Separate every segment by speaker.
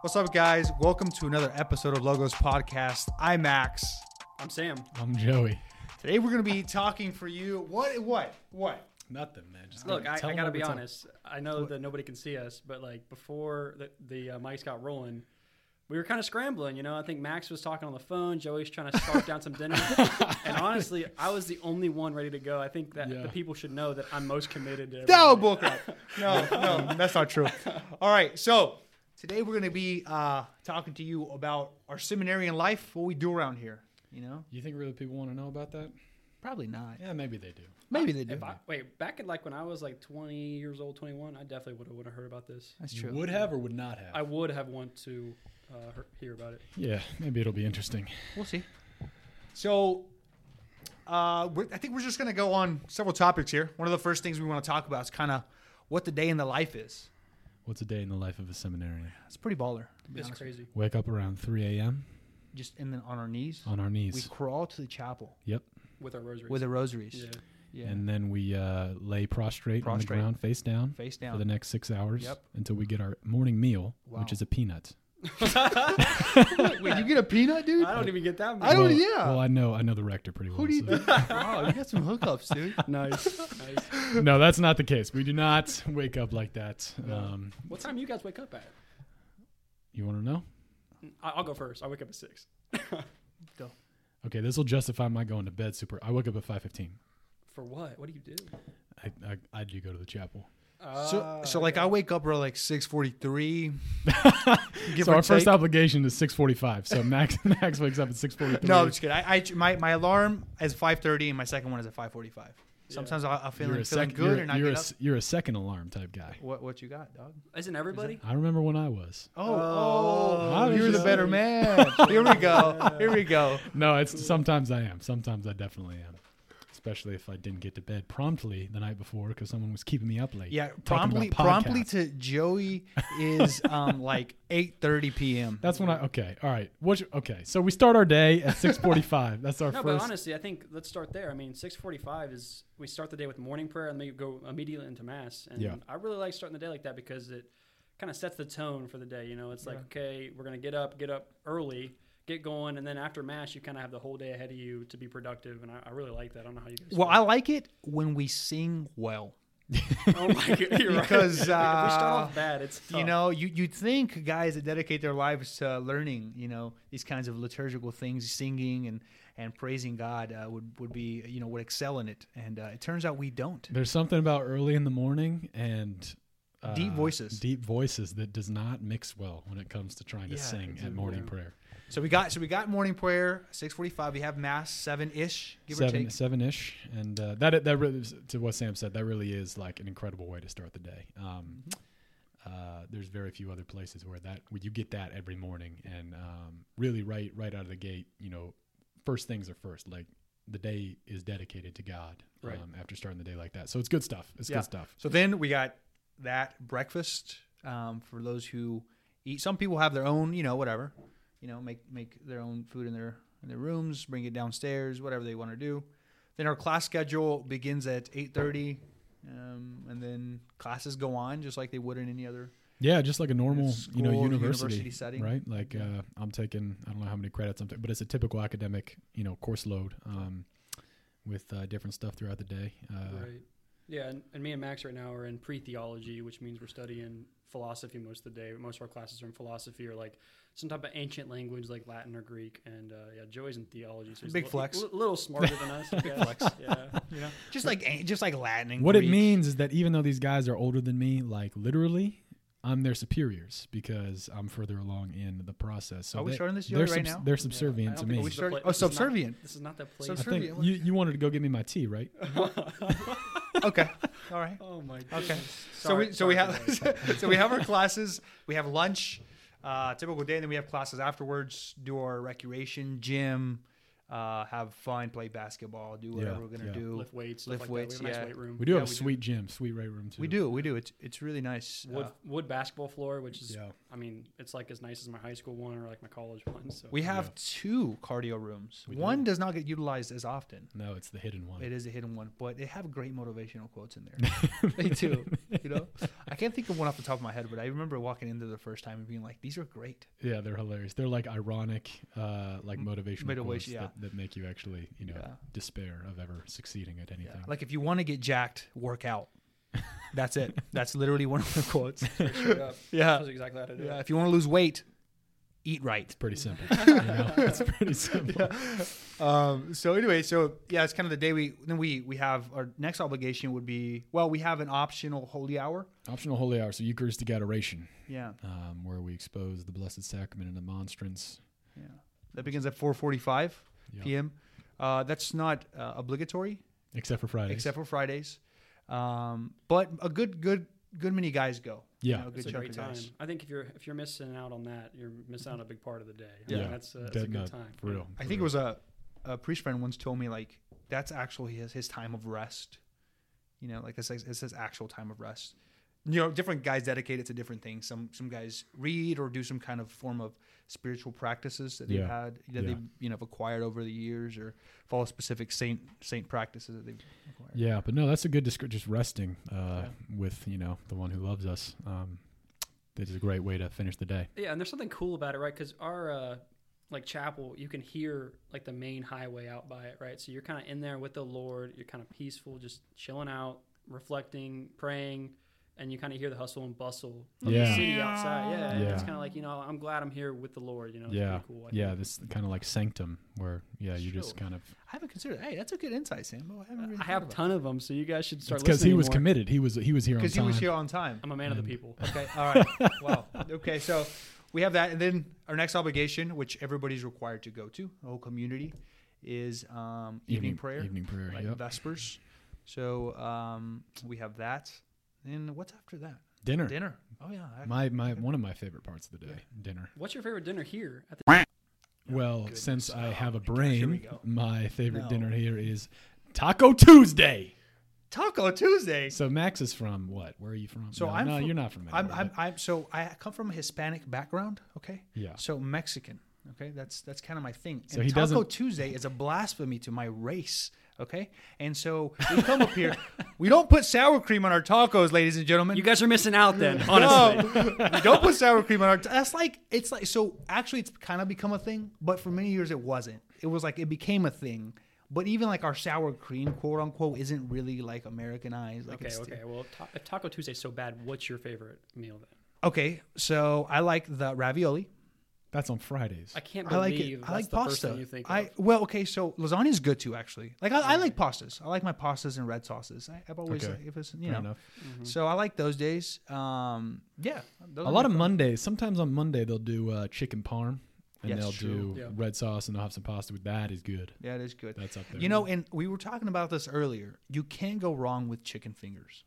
Speaker 1: What's up, guys? Welcome to another episode of Logos Podcast. I'm Max.
Speaker 2: I'm Sam.
Speaker 3: I'm Joey.
Speaker 1: Today we're gonna be talking for you. What? What? What?
Speaker 3: Nothing, man. Just
Speaker 2: Look, I,
Speaker 3: tell
Speaker 2: I
Speaker 3: them
Speaker 2: gotta
Speaker 3: what
Speaker 2: be
Speaker 3: we're talking-
Speaker 2: honest. I know that nobody can see us, but like before the, the uh, mics got rolling, we were kind of scrambling. You know, I think Max was talking on the phone. Joey's trying to scarf down some dinner, and honestly, I was the only one ready to go. I think that
Speaker 3: Yeah.
Speaker 2: the people should know that I'm most committed. to
Speaker 1: No,
Speaker 2: everybody.
Speaker 1: bullcrap. No, no, that's not true. All right, so today we're gonna be uh, talking to you about our seminarian life, what we do around here. You know,
Speaker 3: You think really people want to know about that?
Speaker 1: probably not.
Speaker 3: Yeah, maybe they do.
Speaker 1: Maybe they do.
Speaker 2: If I, wait, back at like when I was like 20 years old, 21, I definitely would have would have heard about this.
Speaker 1: That's
Speaker 3: you
Speaker 1: true.
Speaker 3: would have or would not have.
Speaker 2: I would have want to uh, hear- hear about it.
Speaker 3: yeah, maybe it'll be interesting.
Speaker 1: We'll see. So, uh, we're, I think we're just going to go on several topics here. One of the first things we want to talk about is kind of what the day in the life is.
Speaker 3: What's a day in the life of a seminarian?
Speaker 1: It's pretty baller. to be
Speaker 2: It's
Speaker 1: honest with
Speaker 2: crazy.
Speaker 3: Wake up around 3 a.m.
Speaker 1: you. Just and then on our knees,
Speaker 3: on our
Speaker 1: we
Speaker 3: knees.
Speaker 1: crawl to the chapel
Speaker 3: yep.
Speaker 2: with our rosaries.
Speaker 1: with the rosaries.
Speaker 2: yeah.
Speaker 1: Yeah,
Speaker 3: And then we uh, lay prostrate, on the
Speaker 1: Prostrate.
Speaker 3: ground, face down,
Speaker 1: face
Speaker 3: for the
Speaker 1: down.
Speaker 3: next six hours
Speaker 1: Yep.
Speaker 3: until we get our morning meal,
Speaker 1: Wow.
Speaker 3: which is a peanut.
Speaker 1: Wait, you get a peanut, dude?
Speaker 2: I don't even get that.
Speaker 1: I
Speaker 2: Much.
Speaker 1: don't-
Speaker 3: well,
Speaker 1: yeah.
Speaker 3: Well, I know I know the rector pretty well.
Speaker 1: Who do you?
Speaker 3: so-
Speaker 1: Think? wow, you got some hookups, dude.
Speaker 2: nice. nice.
Speaker 3: no, that's not the case. We do not wake up like that. Um,
Speaker 2: What time you guys wake up at?
Speaker 3: you want to know?
Speaker 2: I- I'll go first. I wake up at six.
Speaker 3: Okay, this will justify my going to bed super. I woke up at 5:15.
Speaker 2: For what? What do you do?
Speaker 3: I, I, I do go to the chapel.
Speaker 1: So,
Speaker 2: Uh,
Speaker 1: so like I wake up around like six forty three.
Speaker 3: so our first obligation is 6:45. So Max Max wakes up at 6:43.
Speaker 1: No, I'm just kidding. I, I my, my alarm is five thirty, and my second one is at five forty five.
Speaker 2: Yeah.
Speaker 1: Sometimes I I feel feeling
Speaker 3: you're a sec-
Speaker 1: good,
Speaker 3: you're,
Speaker 1: and I
Speaker 3: you're
Speaker 1: get up.
Speaker 3: a, s- you're a second alarm type guy.
Speaker 1: What what you got, dog?
Speaker 2: isn't everybody?
Speaker 3: I remember when I was.
Speaker 1: Oh,
Speaker 2: Oh,
Speaker 1: oh you're the
Speaker 3: interesting.
Speaker 1: better man. Here we go. Here we go.
Speaker 3: No, it's sometimes I am. Sometimes I definitely am. Especially if I didn't get to bed promptly the night before because someone was keeping me up late.
Speaker 1: Yeah,
Speaker 3: talking
Speaker 1: promptly
Speaker 3: about
Speaker 1: promptly
Speaker 3: podcasts.
Speaker 1: to Joey is um like eight thirty p.m.
Speaker 3: That's when I okay. All right. What? you- okay. So we start our day at 6:45. That's our
Speaker 2: No, but
Speaker 3: first.
Speaker 2: honestly, I think let's start there. I mean, six forty-five is we start the day with morning prayer and then you go immediately into mass. And
Speaker 3: Yeah.
Speaker 2: I really like starting the day like that because it kind of sets the tone for the day. You know, it's like
Speaker 1: Yeah.
Speaker 2: okay, we're gonna get up, get up early, get going, and then after mass, you kind of have the whole day ahead of you to be productive. And I, I really like that. I don't know how you guys.
Speaker 1: Well, I
Speaker 2: feel.
Speaker 1: like it when we sing well.
Speaker 2: oh my God, you're right.
Speaker 1: Because,
Speaker 2: If we start
Speaker 1: uh,
Speaker 2: off bad. It's tough.
Speaker 1: You know, you you'd think guys that dedicate their lives to learning, you know, these kinds of liturgical things, singing and and praising God uh, would would be you know would excel in it, and uh, it turns out we don't.
Speaker 3: There's something about early in the morning and uh,
Speaker 1: Deep voices.
Speaker 3: Deep voices that does not mix well when it comes to trying to
Speaker 1: Yeah,
Speaker 3: sing
Speaker 2: it's a-
Speaker 3: at morning
Speaker 2: yeah.
Speaker 3: prayer.
Speaker 1: So we got so we got morning prayer six forty five. We have mass seven ish, give or
Speaker 3: Seven,
Speaker 1: take.
Speaker 3: seven ish, and uh, that that really is- to what Sam said. That really is like an incredible way to start the day. Um, uh, there's very few other places where that where you get that every morning, and um, really right right out of the gate, you know, first things are first. Like the day is dedicated to God.
Speaker 2: Right.
Speaker 3: Um, after starting the day like that, so it's good stuff. It's
Speaker 1: Yeah.
Speaker 3: good stuff.
Speaker 1: So then we got that breakfast um, for those who eat. Some people have their own, you know, whatever, you know, make make their own food in their in their rooms, bring it downstairs, whatever they want to do. Then our class schedule begins at eight thirty, um, and then classes go on just like they would in any other.
Speaker 3: Yeah, just like a normal, you know,
Speaker 1: school,
Speaker 3: university,
Speaker 1: university setting.
Speaker 3: right? Like uh, I'm taking, I don't know how many credits I'm taking, but it's a typical academic, you know, course load um, with uh, different stuff throughout the day. Uh,
Speaker 2: Right. Yeah, and, and me and Max right now are in pre-theology, which means we're studying philosophy most of the day. Most of our classes are in philosophy or like some type of ancient language like Latin or Greek. And uh, yeah, Joey's in theology, so he's
Speaker 1: Big
Speaker 2: a li-
Speaker 1: flex.
Speaker 2: li- little smarter than us. I guess.
Speaker 1: flex.
Speaker 2: Yeah. You know?
Speaker 1: Just like just like Latin. And
Speaker 3: What it
Speaker 1: Greek.
Speaker 3: means is that even though these guys are older than me, like literally, I'm their superiors because I'm further along in the process. So
Speaker 1: Are we
Speaker 3: they-
Speaker 1: starting this
Speaker 3: They're,
Speaker 1: joke right now?
Speaker 3: they're
Speaker 2: I
Speaker 3: subservient
Speaker 2: don't
Speaker 3: to
Speaker 2: think
Speaker 1: we
Speaker 3: me.
Speaker 2: this is
Speaker 1: started-
Speaker 2: the
Speaker 1: oh,
Speaker 2: this is not-
Speaker 1: subservient.
Speaker 2: This is not the
Speaker 1: Sub-
Speaker 2: place.
Speaker 3: I think
Speaker 1: Subservient.
Speaker 3: you, you wanted to go get me my tea, right?
Speaker 1: Okay, all right.
Speaker 2: oh my goodness.
Speaker 1: Okay. so we so we have so we have our classes. We have lunch, uh, typical day, and then we have classes afterwards. Do our recreation, gym, uh, have fun, play basketball, do whatever
Speaker 3: Yeah,
Speaker 1: we're gonna
Speaker 3: yeah.
Speaker 1: do.
Speaker 2: lift weights, stuff
Speaker 1: Lift
Speaker 2: like
Speaker 1: weights,
Speaker 2: that. We have a
Speaker 1: yeah.
Speaker 2: nice weight room.
Speaker 3: We do
Speaker 1: Yeah,
Speaker 3: have a
Speaker 1: we do.
Speaker 3: sweet gym, sweet weight room too.
Speaker 1: we do, we do. It's it's really nice.
Speaker 2: Wood,
Speaker 1: Uh,
Speaker 2: wood basketball floor, which is,
Speaker 3: Yeah.
Speaker 2: I mean, it's like as nice as my high school one or like my college one. So
Speaker 1: we have
Speaker 3: Yeah.
Speaker 1: two cardio rooms.
Speaker 3: We
Speaker 1: one
Speaker 3: do. Oh.
Speaker 1: does not get utilized as often.
Speaker 3: No, it's the hidden one.
Speaker 1: It is a hidden one, but they have great motivational quotes in there. they do. You know, I can't think of one off the top of my head, but I remember walking in there the first time and being like, "These are great."
Speaker 3: Yeah, they're hilarious. They're like ironic, uh, like
Speaker 1: M-
Speaker 3: motivational
Speaker 1: motivation,
Speaker 3: quotes
Speaker 1: yeah.
Speaker 3: that, that make you actually, you know,
Speaker 1: Yeah.
Speaker 3: despair of ever succeeding at anything. Yeah,
Speaker 1: Like if you want to get jacked, work out. That's it. That's literally one of the quotes.
Speaker 2: straight up.
Speaker 1: Yeah.
Speaker 2: That's exactly how to do
Speaker 1: Yeah.
Speaker 2: it.
Speaker 1: If you want to lose weight, eat right.
Speaker 3: pretty simple. you know? It's pretty simple.
Speaker 1: Um, so anyway, so yeah, it's kind of the day we then we we have our next obligation would be well we have an optional holy hour.
Speaker 3: Optional holy hour, so Eucharistic adoration,
Speaker 1: Yeah.
Speaker 3: um, where we expose the Blessed Sacrament and the monstrance.
Speaker 1: Yeah. That begins at 4:45
Speaker 3: Yeah.
Speaker 1: p.m. Uh, that's not uh, obligatory
Speaker 3: Except for Fridays.
Speaker 1: except for Fridays, um, but a good good good many guys go.
Speaker 3: Yeah.
Speaker 1: a good
Speaker 2: It's a
Speaker 1: chunk
Speaker 2: great
Speaker 1: of
Speaker 2: time.
Speaker 1: guys.
Speaker 2: I think if you're if you're missing out on that, you're missing out on a big part of the day. I
Speaker 1: Yeah.
Speaker 2: mean, that's, uh, that's a
Speaker 3: Dead
Speaker 2: good
Speaker 3: nut,
Speaker 2: time.
Speaker 3: For real.
Speaker 1: I think it was a, a priest friend once told me like that's actually his, his time of rest. You know, like that's it's his actual time of rest. You know, different guys dedicate it to different things. Some some guys read or do some kind of form of spiritual practices that they've
Speaker 3: Yeah.
Speaker 1: had that
Speaker 3: Yeah.
Speaker 1: they've you know have acquired over the years, or follow specific saint saint practices that they've acquired.
Speaker 3: Yeah, but no, that's a good description. Just resting uh,
Speaker 1: Yeah.
Speaker 3: with, you know, the one who loves us. Um, that is a great way to finish the day.
Speaker 2: Yeah, and there's something cool about it, right? Because our uh, like chapel, you can hear like the main highway out by it, right? So you're kind of in there with the Lord. You're kind of peaceful, just chilling out, reflecting, praying, and you kind of hear the hustle and bustle of the
Speaker 3: Yeah.
Speaker 2: city outside. Yeah, and it's
Speaker 3: Yeah.
Speaker 2: kind of like you know, I'm glad I'm here with the Lord. You know, it's
Speaker 3: yeah,
Speaker 2: pretty cool. I
Speaker 3: yeah.
Speaker 2: think.
Speaker 3: This kind of like sanctum where, yeah, you just
Speaker 1: Sure.
Speaker 3: kind of
Speaker 1: I haven't considered. Hey, that's a good insight, Sam. I haven't really
Speaker 2: I
Speaker 1: thought
Speaker 2: have a
Speaker 1: about
Speaker 2: ton of them, so you guys should start.
Speaker 3: because
Speaker 2: listening
Speaker 3: he was
Speaker 2: more.
Speaker 3: committed. He was he was here on
Speaker 1: because he
Speaker 3: time.
Speaker 1: was here on time.
Speaker 2: I'm a man of the people.
Speaker 1: Okay. All right. wow. Okay. So we have that, and then our next obligation, which everybody's required to go to, the whole community, is um, evening, prayer,
Speaker 3: Evening prayer.
Speaker 1: like
Speaker 3: yep.
Speaker 1: vespers. So um, we have that. And what's after that?
Speaker 3: Dinner.
Speaker 1: Dinner. Oh yeah. I-
Speaker 3: My my one of my favorite parts of the day. Dinner.
Speaker 2: What's your favorite dinner here at the
Speaker 3: well,
Speaker 1: goodness.
Speaker 3: since I
Speaker 1: Oh
Speaker 3: have a
Speaker 1: my gosh, here we
Speaker 3: brain,
Speaker 1: go.
Speaker 3: my favorite
Speaker 1: No.
Speaker 3: dinner here is Taco Tuesday.
Speaker 1: Taco Tuesday.
Speaker 3: So Max is from what? Where are you from?
Speaker 1: So
Speaker 3: no,
Speaker 1: I'm
Speaker 3: no,
Speaker 1: from-
Speaker 3: you're not from.
Speaker 1: I'm,
Speaker 3: anywhere,
Speaker 1: I'm,
Speaker 3: but-
Speaker 1: I'm so I come from a Hispanic background. Okay.
Speaker 3: Yeah.
Speaker 1: So Mexican. Okay. That's that's kind of my thing.
Speaker 3: So
Speaker 1: and
Speaker 3: he
Speaker 1: Taco
Speaker 3: doesn't-
Speaker 1: Tuesday is a blasphemy to my race. Okay. And so we come up here. We don't put sour cream on our tacos, ladies and gentlemen.
Speaker 2: You guys are missing out then, honestly.
Speaker 1: No, we don't put sour cream on our. T- that's like it's like so. Actually, it's kind of become a thing, but for many years it wasn't. It was like it became a thing, but even like our sour cream, quote unquote, isn't really like Americanized. Like
Speaker 2: Okay,
Speaker 1: it's
Speaker 2: okay. Well, ta- if Taco Tuesday's so bad, what's your favorite meal then?
Speaker 1: okay. So I like the ravioli.
Speaker 3: That's on Fridays.
Speaker 2: I can't
Speaker 1: I
Speaker 2: believe
Speaker 1: like it.
Speaker 2: that's
Speaker 1: I like
Speaker 2: the first
Speaker 1: pasta.
Speaker 2: thing you think of.
Speaker 1: I well, okay. So lasagna's good too, actually. Like I, I like pastas. I like my pastas and red sauces. I, I've always
Speaker 3: Okay.
Speaker 1: like, if it's you
Speaker 3: Fair
Speaker 1: know.
Speaker 3: enough.
Speaker 2: Mm-hmm.
Speaker 1: So I like those days. Um, yeah, those
Speaker 3: A
Speaker 1: are
Speaker 3: lot
Speaker 1: my
Speaker 3: of
Speaker 1: favorites.
Speaker 3: Mondays. Sometimes on Monday they'll do uh, chicken parm, and
Speaker 1: Yes,
Speaker 3: they'll
Speaker 1: true.
Speaker 3: do
Speaker 2: Yeah.
Speaker 3: red sauce, and they'll have some pasta with that. Is good.
Speaker 1: Yeah, it is good.
Speaker 3: That's up there.
Speaker 1: You know, and we were talking about this earlier. You can go wrong with chicken fingers.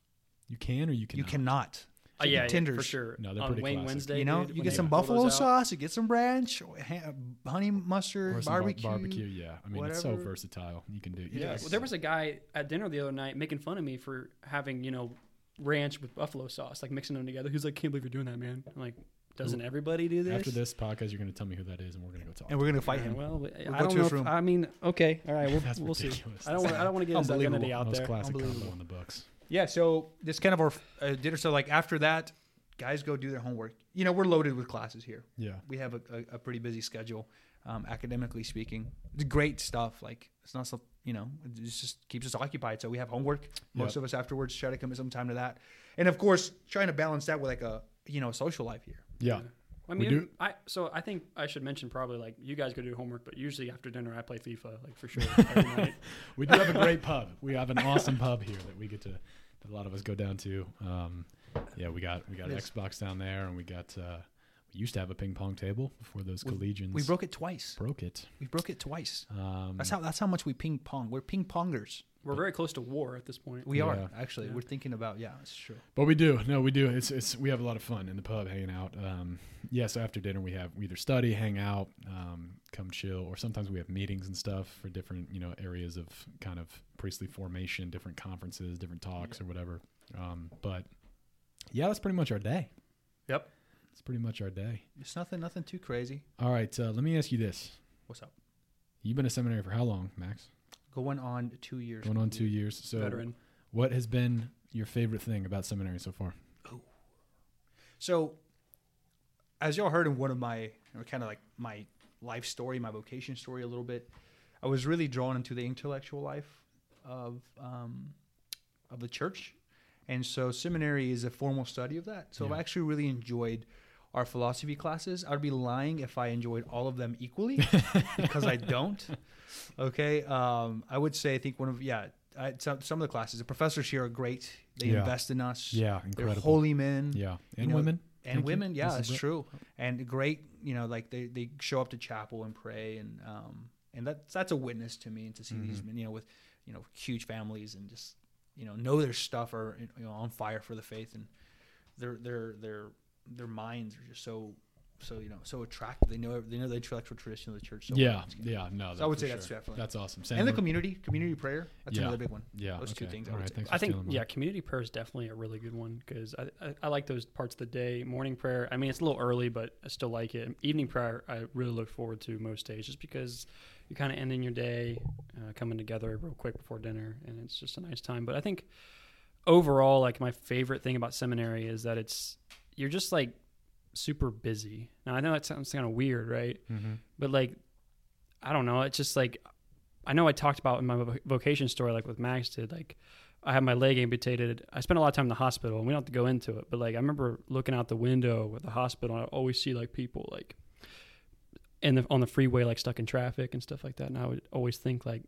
Speaker 3: you can or you can.
Speaker 1: You cannot.
Speaker 2: Oh,
Speaker 1: Chicken
Speaker 2: yeah, yeah, for
Speaker 1: tenders.
Speaker 2: sure.
Speaker 3: No, they're
Speaker 2: On
Speaker 3: pretty
Speaker 2: Wayne
Speaker 3: classic.
Speaker 2: Wednesday,
Speaker 1: you know,
Speaker 2: dude,
Speaker 1: you
Speaker 2: when
Speaker 1: get
Speaker 2: they
Speaker 1: some
Speaker 2: pull those
Speaker 1: buffalo
Speaker 2: out.
Speaker 1: sauce, you get some ranch, ha- honey mustard,
Speaker 3: Or some bar-
Speaker 1: barbecue.
Speaker 3: barbecue. Yeah, I mean it's so
Speaker 1: whatever.
Speaker 3: versatile. You can do.
Speaker 2: Yeah.
Speaker 1: Yes.
Speaker 2: Well, there was a guy at dinner the other night making fun of me for having you know ranch with buffalo sauce, like mixing them together. He's like, "Can't believe you're doing that, man." I'm like, doesn't everybody do this?
Speaker 3: After this podcast, you're going to tell me who that is, and we're going to go talk.
Speaker 1: And we're gonna
Speaker 2: All
Speaker 1: fight
Speaker 2: right,
Speaker 1: him.
Speaker 2: well, we-
Speaker 1: go
Speaker 2: I don't
Speaker 1: to
Speaker 2: know.
Speaker 1: his
Speaker 2: if-
Speaker 1: room.
Speaker 2: I mean, okay, all right, we'll,
Speaker 3: That's
Speaker 2: we'll see.
Speaker 3: ridiculous.
Speaker 2: I don't. want I don't want to get his
Speaker 1: Unbelievable.
Speaker 2: identity out
Speaker 3: Most
Speaker 2: there.
Speaker 3: classic combo
Speaker 1: Unbelievable.
Speaker 3: on the books.
Speaker 1: Yeah. So this kind of our uh, dinner. So like after that, guys go do their homework. You know, we're loaded with classes here.
Speaker 3: Yeah.
Speaker 1: We have a, a, a pretty busy schedule, um, academically speaking. It's great stuff. Like it's not so you know, it just keeps us occupied. So we have homework. Most
Speaker 3: Yep.
Speaker 1: of us afterwards try to commit some time to that, and of course trying to balance that with like a you know a social life here.
Speaker 3: Yeah.
Speaker 2: I
Speaker 3: We
Speaker 2: mean,
Speaker 3: do-
Speaker 2: I so I think I should mention probably like you guys go do homework, but usually after dinner I play FIFA, like for sure. Every night.
Speaker 3: We do have a great pub. We have an awesome pub here that we get to, that a lot of us go down to. Um, yeah, we got we got an
Speaker 1: Yes.
Speaker 3: Xbox down there, and we got uh, We used to have a ping pong table before those
Speaker 1: We-
Speaker 3: collegians
Speaker 1: We broke it twice.
Speaker 3: broke it.
Speaker 1: We broke it twice.
Speaker 3: Um,
Speaker 1: That's how that's how much we ping pong. We're ping pongers.
Speaker 2: We're very close to war at this point.
Speaker 1: We
Speaker 3: Yeah.
Speaker 1: are actually.
Speaker 2: Yeah.
Speaker 1: We're thinking about yeah, it's true.
Speaker 3: But we do. No, we do. It's it's we have a lot of fun in the pub hanging out. Um, yeah, so after dinner we have we either study, hang out, um, come chill, or sometimes we have meetings and stuff for different, you know, areas of kind of priestly formation, different conferences, different talks or whatever. Um, but yeah, that's pretty much our day.
Speaker 2: Yep.
Speaker 3: That's pretty much our day.
Speaker 1: It's nothing nothing too crazy.
Speaker 3: All right, uh, let me ask you this.
Speaker 1: What's up?
Speaker 3: You've been a seminary for how long, Max?
Speaker 1: Going on two years.
Speaker 3: Going on two years. So
Speaker 2: Veteran.
Speaker 3: what has been your favorite thing about seminary so far?
Speaker 1: So, as y'all heard in one of my kind of like my life story, my vocation story, a little bit, I was really drawn into the intellectual life of um, of the church, and so seminary is a formal study of that. So
Speaker 3: Yeah.
Speaker 1: I actually really enjoyed our philosophy classes. I'd be lying if I enjoyed all of them equally, because I don't. Okay, um, I would say I think one of yeah. I, some, some of the classes, the professors here are great. They
Speaker 3: Yeah.
Speaker 1: invest in us.
Speaker 3: Yeah,
Speaker 1: They're
Speaker 3: incredible.
Speaker 1: holy men
Speaker 3: yeah,
Speaker 1: you
Speaker 3: and
Speaker 1: know,
Speaker 3: women.
Speaker 1: and
Speaker 3: Thank you.
Speaker 1: women yeah
Speaker 3: This is
Speaker 1: that's
Speaker 3: it.
Speaker 1: true and great you know like they, they show up to chapel and pray and um and that's that's a witness to me and to see
Speaker 3: Mm-hmm.
Speaker 1: these men you know with you know huge families and just you know know their stuff or you know on fire for the faith and their their their their minds are just so so you know so attractive they know they know the intellectual tradition of the church so well.
Speaker 3: Yeah, yeah, no.
Speaker 1: So I would
Speaker 3: for
Speaker 1: say
Speaker 3: sure.
Speaker 1: that's definitely-
Speaker 3: that's awesome. Sam,
Speaker 1: and the
Speaker 3: what-
Speaker 1: community community prayer that's
Speaker 3: Yeah.
Speaker 1: another big one
Speaker 3: Yeah,
Speaker 1: those two things I
Speaker 3: All
Speaker 1: would
Speaker 3: right,
Speaker 1: say.
Speaker 3: thanks.
Speaker 2: I
Speaker 3: for
Speaker 2: think
Speaker 3: stealing mine.
Speaker 2: yeah, community prayer is definitely a really good one because I, I I like those parts of the day. Morning prayer, I mean, it's a little early, but I still like it. Evening prayer, I really look forward to most days, just because you're kind of ending your day, uh, coming together real quick before dinner, and it's just a nice time. But I think overall, like my favorite thing about seminary is that it's you're just like super busy. Now I know that sounds kind of weird, right? but like i don't know it's just like i know i talked about in my vo- vocation story like with max did like i had my leg amputated i spent a lot of time in the hospital and we don't have to go into it but like i remember looking out the window at the hospital and i always see like people like in the on the freeway like stuck in traffic and stuff like that and i would always think like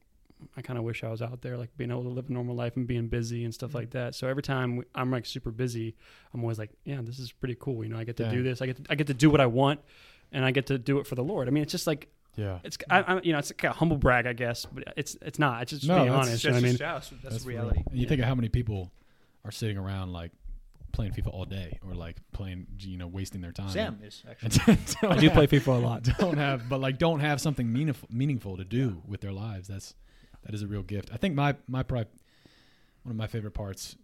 Speaker 2: i kind of wish i was out there like being able to live a normal life and being busy and stuff like that so every time we- i'm like super busy i'm always like yeah this is pretty cool you know i get to
Speaker 3: Yeah.
Speaker 2: do this i get to, i get to do what i want and i get to do it for the lord i mean it's just like
Speaker 3: Yeah,
Speaker 2: it's I, I, you know it's kind of humble brag I guess, but it's it's not. It's just
Speaker 3: No,
Speaker 2: being
Speaker 3: that's-
Speaker 1: that's,
Speaker 2: honest. you know what I mean,
Speaker 1: just- yeah, that's, that's
Speaker 3: real.
Speaker 1: reality
Speaker 3: And you think of how many people are sitting around like playing FIFA all day, or like playing, you know, wasting their time.
Speaker 1: sam is actually
Speaker 3: And don't
Speaker 2: I do play
Speaker 3: have-
Speaker 2: FIFA a lot.
Speaker 3: Don't have, but like, don't have something meaningful meaningful to do with their lives. That's that is a real gift. I think my my probably one of my favorite parts,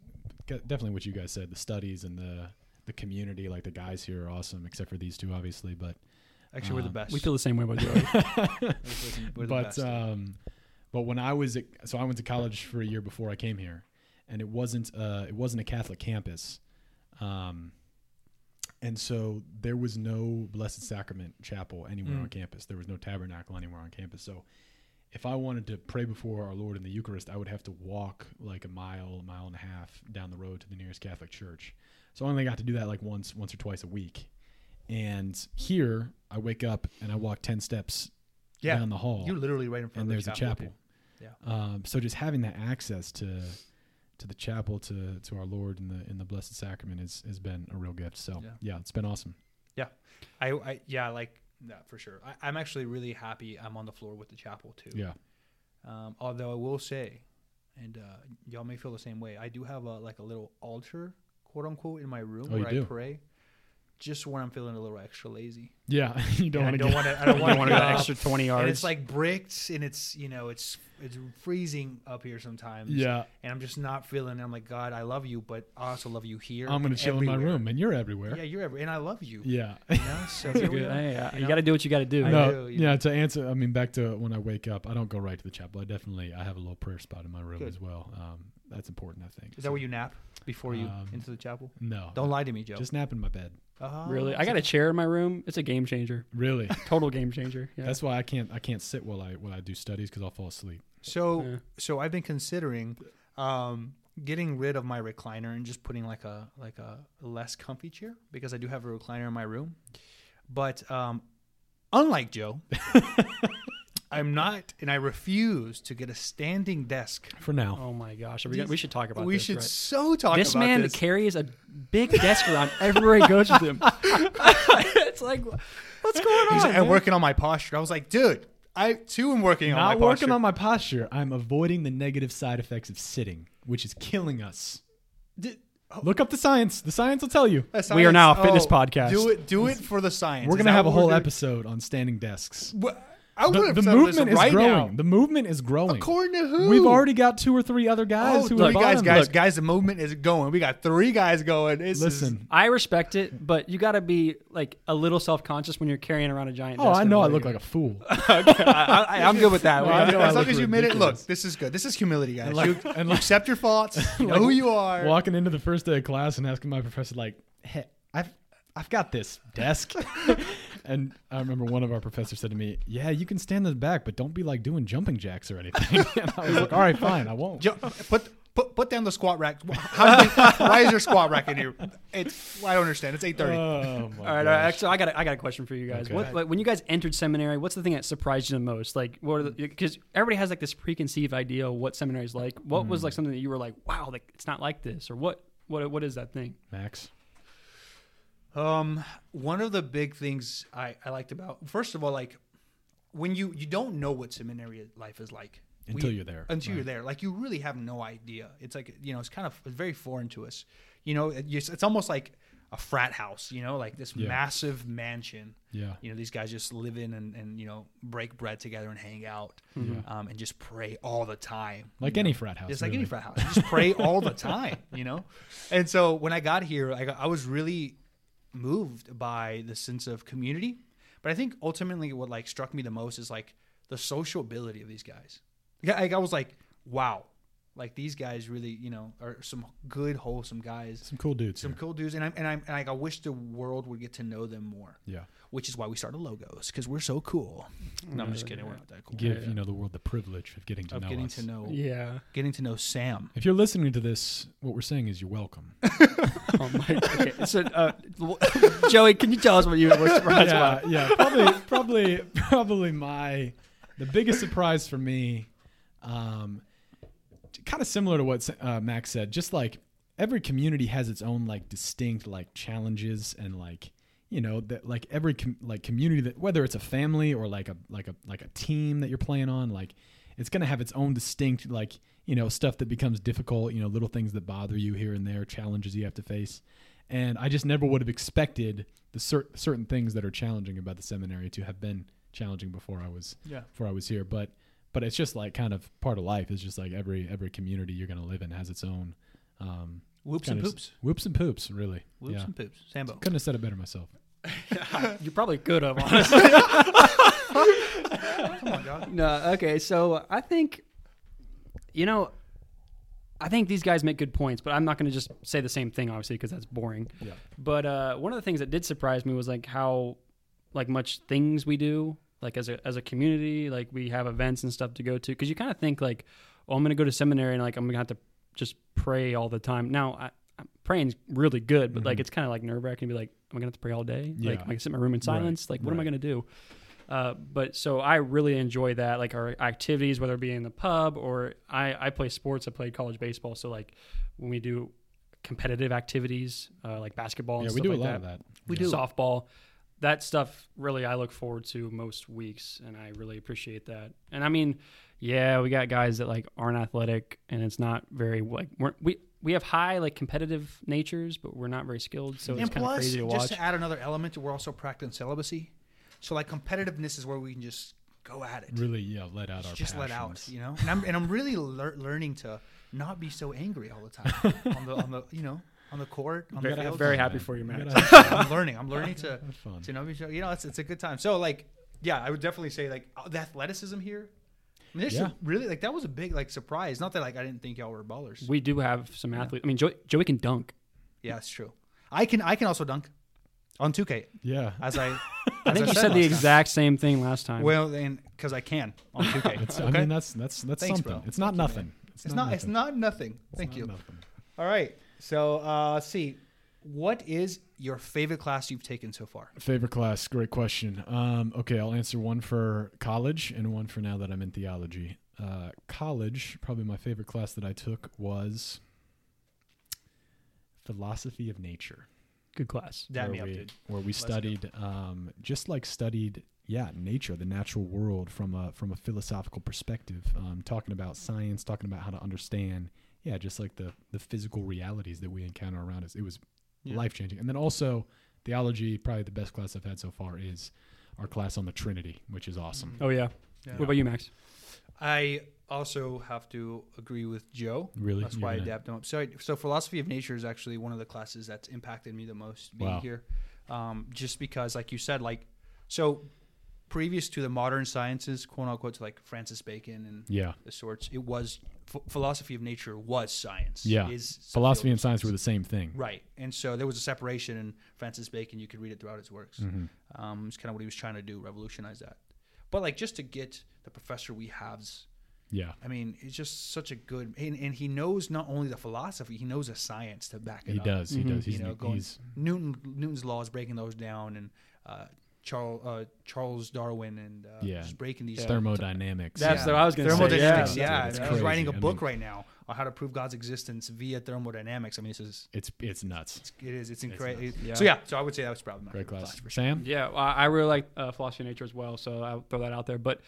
Speaker 3: g- definitely what you guys said, the studies and the the community. Like the guys here are awesome, except for these two, obviously. But
Speaker 1: actually we're the
Speaker 3: Um,
Speaker 1: best
Speaker 2: We feel the same way about Joey.
Speaker 1: we're the
Speaker 3: but
Speaker 1: best.
Speaker 3: um, but when I was at, so I went to college for a year before I came here, and it wasn't uh, it wasn't a Catholic campus, um, and so there was no Blessed Sacrament chapel anywhere
Speaker 1: Mm.
Speaker 3: on campus. There was no tabernacle anywhere on campus. So if I wanted to pray before our Lord in the Eucharist, I would have to walk like a mile, a mile and a half down the road to the nearest Catholic church. So I only got to do that like once, once or twice a week. And here, I wake up and I walk ten steps
Speaker 1: Yeah.
Speaker 3: down the hall
Speaker 1: You're literally right in front
Speaker 3: and
Speaker 1: of
Speaker 3: there's
Speaker 1: the
Speaker 3: a chapel.
Speaker 1: dude.
Speaker 3: Um, so just having that access to to the chapel to to our Lord in the in the Blessed Sacrament has has been a real gift. So yeah,
Speaker 1: Yeah.
Speaker 3: it's been awesome.
Speaker 1: I, I yeah, like that for sure. I, I'm actually really happy I'm on the floor with the chapel too.
Speaker 3: Yeah,
Speaker 1: Um, although I will say, and uh, y'all may feel the same way, I do have a like a little altar, quote unquote, in my room
Speaker 3: Oh, you
Speaker 1: where I
Speaker 3: do?
Speaker 1: pray. Just when I'm feeling a little extra lazy,
Speaker 3: yeah. you don't
Speaker 1: And
Speaker 3: want
Speaker 1: I
Speaker 3: to
Speaker 1: don't
Speaker 3: get
Speaker 1: want to. I don't
Speaker 2: I
Speaker 1: want
Speaker 2: want
Speaker 1: to
Speaker 2: to go extra twenty yards.
Speaker 1: And it's like bricked, and it's you know it's it's freezing up here sometimes.
Speaker 3: yeah.
Speaker 1: and I'm just not feeling. it. I'm like, God, I love you, but I also love you here.
Speaker 3: I'm gonna
Speaker 1: and
Speaker 3: chill in my
Speaker 1: everywhere."
Speaker 3: room, and you're everywhere.
Speaker 1: Yeah, you're ever, and I love you.
Speaker 3: Yeah.
Speaker 1: You know? So here we
Speaker 2: Good.
Speaker 1: are.
Speaker 2: Hey, uh, you
Speaker 1: know?
Speaker 2: got to do what you got to do.
Speaker 1: I
Speaker 3: no,
Speaker 1: do, you
Speaker 3: yeah.
Speaker 1: know.
Speaker 3: To answer, I mean, back to when I wake up, I don't go right to the chapel. I definitely, I have a little prayer spot in my room
Speaker 1: Good.
Speaker 3: as well. Um, that's important, I think.
Speaker 1: Is that where you nap before you
Speaker 3: Um,
Speaker 1: into the chapel?
Speaker 3: No,
Speaker 1: Don't lie to me, Joe.
Speaker 3: Just nap in my bed.
Speaker 1: Oh.
Speaker 2: Really, I got a chair in my room. It's a game changer.
Speaker 3: Really,
Speaker 2: Total game changer. Yeah.
Speaker 3: that's why I can't, I can't sit while I while I do studies because I'll fall asleep.
Speaker 1: So
Speaker 2: Yeah.
Speaker 1: so I've been considering um, getting rid of my recliner and just putting like a like a less comfy chair because I do have a recliner in my room. But um, unlike Joe, I'm not, and I refuse to get a standing desk.
Speaker 3: for now.
Speaker 2: Oh my gosh, Are we, gonna- we should talk about
Speaker 1: we
Speaker 2: this.
Speaker 1: should
Speaker 2: right?
Speaker 1: so talk
Speaker 2: this
Speaker 1: about
Speaker 2: man
Speaker 1: this.
Speaker 2: carries a big desk around everywhere he goes with him. it's like, what's going on?
Speaker 1: He's like, I'm
Speaker 2: man?
Speaker 1: working on my posture. I was like, dude, I too am working on my
Speaker 3: Not working
Speaker 1: posture.
Speaker 3: on my posture. I'm avoiding the negative side effects of sitting, which is killing us.
Speaker 1: Did- oh,
Speaker 3: Look up the science. The science will tell you.
Speaker 1: the
Speaker 2: We are now a
Speaker 1: science- Oh,
Speaker 2: fitness podcast.
Speaker 1: Do it, do it for the science.
Speaker 3: We're
Speaker 1: Is
Speaker 3: gonna
Speaker 1: that
Speaker 3: have a
Speaker 1: what we're
Speaker 3: whole
Speaker 1: doing?
Speaker 3: episode on standing desks.
Speaker 1: Wha- I would
Speaker 3: The,
Speaker 1: have
Speaker 3: the
Speaker 1: said this
Speaker 3: movement is
Speaker 1: right
Speaker 3: growing.
Speaker 1: Now.
Speaker 3: The movement is growing.
Speaker 1: According to who?
Speaker 3: We've already got two or three other guys
Speaker 1: Oh,
Speaker 3: who
Speaker 1: three guys,
Speaker 3: are bottom.
Speaker 1: guys,
Speaker 3: Look,
Speaker 1: guys. The movement is going. We got three guys going. This is-
Speaker 3: listen.
Speaker 2: I respect it, but you got to be like a little self conscious when you're carrying around a giant.
Speaker 3: Oh,
Speaker 2: desk
Speaker 3: I
Speaker 2: in
Speaker 3: know I
Speaker 2: front of
Speaker 3: look
Speaker 2: you.
Speaker 3: like a fool.
Speaker 2: I, I, I'm good with that.
Speaker 3: No,
Speaker 2: We-
Speaker 3: I know I
Speaker 1: as long
Speaker 3: look
Speaker 1: as you admit it, look,
Speaker 3: ridiculous.
Speaker 1: this is good. This is humility, guys.
Speaker 3: And like-
Speaker 1: you
Speaker 3: and
Speaker 1: you
Speaker 3: like-
Speaker 1: accept your faults. You know
Speaker 3: like
Speaker 1: who you are.
Speaker 3: Walking into the first day of class and asking my professor, like, "Hey, I've I've got this desk." and I remember one of our professors said to me, "Yeah, you can stand in the back, but don't be like doing jumping jacks or anything." and I was like, "All right, fine, I won't."
Speaker 1: Ju- put put put down the squat rack. How do you- why is your squat rack in here? It's I don't understand. It's eight
Speaker 3: Oh,
Speaker 1: thirty.
Speaker 3: my
Speaker 2: All right, all right. Actually, I got a, I got a question for you guys.
Speaker 3: Okay.
Speaker 2: What, like, when you guys entered seminary, what's the thing that surprised you the most? Like, what are the because everybody has like this preconceived idea of what seminary is like. What was
Speaker 3: Hmm.
Speaker 2: like something that you were like, wow, like it's not like this, or what what what is that thing?
Speaker 3: Max.
Speaker 1: Um, one of the big things I, I liked about first of all, like when you you don't know what seminary life is like
Speaker 3: Until you're there,
Speaker 1: Until you're
Speaker 3: right.
Speaker 1: there, like you really have no idea. It's like you know, it's kind of it's very foreign to us. You know, it- it's, it's almost like a frat house. You know, like this
Speaker 3: Yeah.
Speaker 1: massive mansion.
Speaker 3: Yeah.
Speaker 1: You know, these guys just live in and, and you know break bread together and hang out, um, and just pray all the time.
Speaker 3: Mm-hmm. Like any frat house.
Speaker 1: Just like any
Speaker 3: really.
Speaker 1: frat house. You just pray all the time, you know? And so when I got here, I, got, I was really moved by the sense of community. But I think ultimately what like struck me the most is like the sociability of these guys. Yeah, Like I was like, wow, like these guys really, you know, are some good, wholesome guys,
Speaker 3: Some cool dudes.
Speaker 1: some
Speaker 3: here.
Speaker 1: cool dudes. And I'm, and I'm, and like, I wish the world would get to know them more,
Speaker 3: Yeah.
Speaker 1: which is why we started logos because we're so cool. No, I'm just kidding. We're not that cool.
Speaker 3: Give you know the world the privilege of getting to
Speaker 1: Of
Speaker 3: know
Speaker 1: getting
Speaker 3: us.
Speaker 1: to know,
Speaker 2: Yeah.
Speaker 1: getting to know Sam.
Speaker 3: If you're listening to this, what we're saying is you're welcome.
Speaker 2: Oh my. Okay. So, uh, Joey, can you tell us what you were surprised
Speaker 3: yeah,
Speaker 2: about?
Speaker 3: yeah. Probably, probably, probably my the biggest surprise for me, um, kind of similar to what uh, Max said. Just like every community has its own like distinct like challenges and like you know that like every com- like community that whether it's a family or like a like a like a team that you're playing on like it's gonna have its own distinct like you know stuff that becomes difficult you know little things that bother you here and there challenges you have to face and I just never would have expected the cer- certain things that are challenging about the seminary to have been challenging before I was
Speaker 1: Yeah.
Speaker 3: before I was here. But but it's just like kind of part of life. It's just like every every community you're gonna live in has its own um,
Speaker 1: Whoops
Speaker 3: kind
Speaker 1: and
Speaker 3: of-
Speaker 1: poops.
Speaker 3: whoops and poops. Really,
Speaker 1: Whoops
Speaker 3: yeah.
Speaker 1: and poops. Sambo.
Speaker 3: Couldn't have said it better myself.
Speaker 2: You probably could have, honestly.
Speaker 1: Come on, dog.
Speaker 2: no. Okay. So I think, you know, I think these guys make good points, but I'm not going to just say the same thing, obviously, because that's boring.
Speaker 3: Yeah.
Speaker 2: But uh, one of the things that did surprise me was like how like much things we do like as a as a community like we have events and stuff to go to because you kind of think like oh I'm gonna go to seminary and like I'm gonna have to just pray all the time now I, I'm praying's really good but like it's kind of like nerve wracking to be like am I gonna have to pray all day
Speaker 3: Mm-hmm. Yeah.
Speaker 2: like am I gonna sit in my room in silence like what am I
Speaker 3: right.
Speaker 2: gonna do uh, but so I really enjoy that, like our activities, whether it be in the pub or I, I play sports. I played college baseball, so like when we do competitive activities uh, like basketball, and
Speaker 3: yeah, we
Speaker 2: stuff
Speaker 3: do
Speaker 2: like
Speaker 3: a lot
Speaker 2: that,
Speaker 3: of that.
Speaker 1: We
Speaker 3: yeah.
Speaker 1: do.
Speaker 2: softball. That stuff really I look forward to most weeks, and I really appreciate that. And I mean, yeah, we got guys that like aren't athletic, and it's not very like we're, we we have high like competitive natures, but we're not very skilled, so
Speaker 1: And
Speaker 2: it's kind of
Speaker 1: plus,
Speaker 2: crazy to
Speaker 1: just
Speaker 2: watch.
Speaker 1: to add another element, we're also practicing celibacy. So like competitiveness is where we can just go at it,
Speaker 3: Really, yeah, let out our
Speaker 1: just let out,
Speaker 3: passions.
Speaker 1: you know. And I'm and I'm really lear- learning to not be so angry all the time on the on the you know on the court. On
Speaker 2: Very-
Speaker 1: the field.
Speaker 2: very happy for you,
Speaker 3: We
Speaker 2: Max.
Speaker 3: gotta have
Speaker 1: I'm learning. I'm learning to
Speaker 3: fun.
Speaker 1: to know each other. You know, it's it's a good time. So like, yeah, I would definitely say like oh, the athleticism here. I mean, there's
Speaker 3: Yeah.
Speaker 1: some really like that was a big like surprise. Not that like I didn't think y'all were ballers.
Speaker 2: we do have some athletes. I mean, Joey, Joey can dunk.
Speaker 1: yeah, it's true. I can I can also dunk on 2K
Speaker 3: Yeah,
Speaker 1: as I.
Speaker 2: I think you said the exact same thing last time.
Speaker 1: Well, and because I can on 2K.
Speaker 3: it's, I
Speaker 1: okay?
Speaker 3: mean that's that's that's
Speaker 1: Thanks,
Speaker 3: something.
Speaker 1: bro.
Speaker 3: It's not nothing.
Speaker 1: it's not. It's
Speaker 3: nothing.
Speaker 1: not nothing. Thank
Speaker 3: It's
Speaker 1: you.
Speaker 3: not nothing.
Speaker 1: All right. So uh, let's see. What is your favorite class you've taken so far?
Speaker 3: Favorite class? Great question. Um, okay, I'll answer one for college and one for now that I'm in theology. Uh, college, probably my favorite class that I took was philosophy of nature.
Speaker 4: Good class.
Speaker 1: Dab me
Speaker 3: where
Speaker 1: up,
Speaker 3: we,
Speaker 1: dude.
Speaker 3: Where we
Speaker 1: Let's go.
Speaker 3: studied, um, just like studied, yeah, nature, the natural world from a from a philosophical perspective, um, talking about science, talking about how to understand, yeah, just like the the physical realities that we encounter around us. It was
Speaker 1: Yeah.
Speaker 3: life changing, and then also theology. Probably the best class I've had so far is our class on the Trinity, which is awesome.
Speaker 1: Mm.
Speaker 2: Oh yeah. What about you, Max?
Speaker 1: I also have to agree with Joe.
Speaker 3: Really,
Speaker 1: That's
Speaker 3: You're
Speaker 1: why I
Speaker 3: gonna-
Speaker 1: dabbed him up. So, I- so philosophy of nature is actually one of the classes that's impacted me the most being
Speaker 3: Wow.
Speaker 1: here, um, just because, like you said, like so previous to the modern sciences, quote unquote, to like Francis Bacon and
Speaker 3: Yeah,
Speaker 1: the sorts, it was ph- philosophy of nature was science.
Speaker 3: Yeah.
Speaker 1: is
Speaker 3: philosophy
Speaker 1: field
Speaker 3: and
Speaker 1: of
Speaker 3: science were the same thing.
Speaker 1: right, and so there was a separation, and Francis Bacon, you could read it throughout his works.
Speaker 3: Mhm.
Speaker 1: Um, it's kind of what he was trying to do, revolutionize that. But like just to get the professor we have's
Speaker 3: Yeah,
Speaker 1: I mean, it's just such a good, and, and he knows not only the philosophy, he knows the science to back it
Speaker 3: he
Speaker 1: up.
Speaker 3: does. He
Speaker 4: Mhm.
Speaker 3: does.
Speaker 1: Mm-hmm. You
Speaker 3: He's,
Speaker 1: know,
Speaker 3: an-
Speaker 1: going-
Speaker 3: he's
Speaker 1: Newton Newton's laws, breaking those down, and uh, Charles uh, Charles Darwin, and uh,
Speaker 3: Yeah.
Speaker 1: just breaking these
Speaker 3: thermodynamics.
Speaker 2: That's
Speaker 1: Yeah.
Speaker 2: what I was going to say. Yeah.
Speaker 1: thermodynamics. Yeah,
Speaker 3: It's
Speaker 1: and he's
Speaker 3: crazy.
Speaker 1: writing a
Speaker 3: I
Speaker 1: book
Speaker 3: mean-
Speaker 1: right now on how to prove God's existence via thermodynamics. I mean, this is
Speaker 3: It's it's nuts.
Speaker 1: it's, it is it's
Speaker 3: It's
Speaker 1: incredible.
Speaker 3: nuts.
Speaker 1: So yeah, so I would say that was probably my
Speaker 3: Great
Speaker 1: favorite
Speaker 3: class.
Speaker 1: for sure.
Speaker 3: Sam.
Speaker 2: Yeah, well, I I really like uh, philosophy of nature as well, so I'll throw that out there. But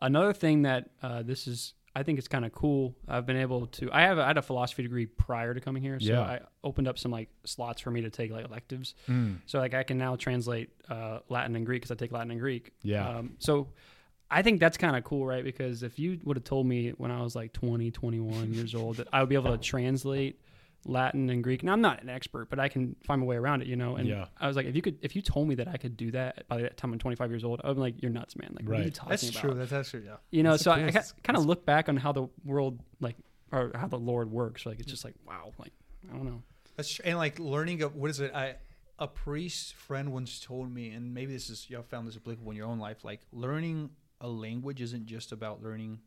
Speaker 2: another thing that uh, this is, I think it's kind of cool. I've been able to. I have I had a philosophy degree prior to coming here, so
Speaker 3: Yeah.
Speaker 2: I opened up some like slots for me to take like electives.
Speaker 3: Mm.
Speaker 2: So like I can now translate uh, Latin and Greek because I take Latin and Greek.
Speaker 3: Yeah.
Speaker 2: Um, so I think that's kind of cool, right? Because if you would have told me when I was like 20, 21 years old that I would be able to translate Latin and Greek, and I'm not an expert, but I can find my way around it, you know. And
Speaker 3: Yeah.
Speaker 2: I was like, if you could, if you told me that I could do that by that time I'm 25 years old, I'm like, you're nuts, man. Like, what are you
Speaker 3: Right.
Speaker 2: talking
Speaker 1: That's
Speaker 2: about?
Speaker 1: true. That's actually yeah.
Speaker 2: You know.
Speaker 3: That's the
Speaker 2: so I,
Speaker 3: coolest-
Speaker 2: kind of look back on how the world, like, or how the Lord works. Like, it's just like, wow. Like, I don't know.
Speaker 1: That's tr- and like learning of what is it? I a priest friend once told me, and maybe this is y'all found this applicable in your own life. Like learning a language isn't just about learning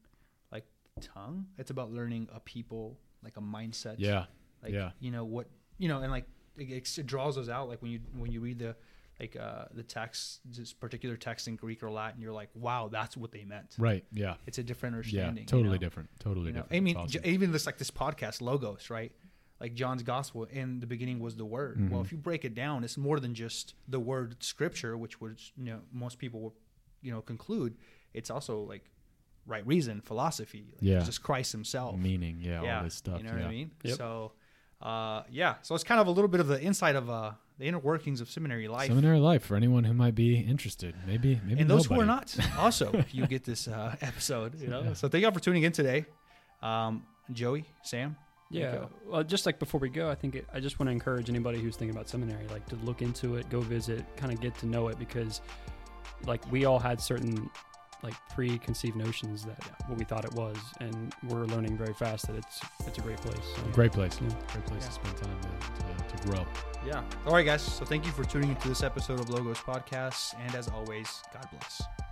Speaker 1: like tongue; it's about learning a people, like a mindset.
Speaker 3: Yeah.
Speaker 1: like
Speaker 3: yeah.
Speaker 1: you know what you know, and like it, it's- it draws those out. Like when you when you read the like uh, the text, this particular text in Greek or Latin, you're like, wow, that's what they meant.
Speaker 3: Right. Yeah.
Speaker 1: It's a different
Speaker 3: Yeah.
Speaker 1: understanding. you
Speaker 3: Totally
Speaker 1: know?
Speaker 3: different. Totally
Speaker 1: You know,
Speaker 3: different.
Speaker 1: I mean,
Speaker 3: It's
Speaker 1: j-
Speaker 3: awesome.
Speaker 1: even this like this podcast logos, right? Like John's gospel, in the beginning was the word. Well,
Speaker 3: Mm-hmm.
Speaker 1: if you break it down, it's more than just the word scripture, which was you know most people will you know conclude. It's also like right reason, philosophy, like
Speaker 3: Yeah.
Speaker 1: just Christ Himself.
Speaker 3: meaning. Yeah,
Speaker 1: yeah,
Speaker 3: All this stuff.
Speaker 1: You know what
Speaker 3: yeah.
Speaker 1: I mean?
Speaker 2: Yep.
Speaker 1: So, uh, yeah. So it's kind of a little bit of the insight of uh, the inner workings of seminary life.
Speaker 3: Seminary life for anyone who might be interested. Maybe. Maybe.
Speaker 1: and those who are
Speaker 3: nobody.
Speaker 1: not also if you get this uh, episode you know so thank y'all for tuning in today um, joey sam
Speaker 2: Yeah.
Speaker 1: Nico.
Speaker 2: Well, just like before we go, I think it, I just want to encourage anybody who's thinking about seminary, like to look into it, go visit, kind of get to know it, because like we all had certain like preconceived notions that what we thought it was, and we're learning very fast that it's it's a great place. So,
Speaker 3: Great place.
Speaker 2: Yeah.
Speaker 3: Great place
Speaker 1: Yeah.
Speaker 3: to spend time to, to, to grow.
Speaker 1: yeah all right guys so thank you for tuning into this episode of logos podcast and as always god bless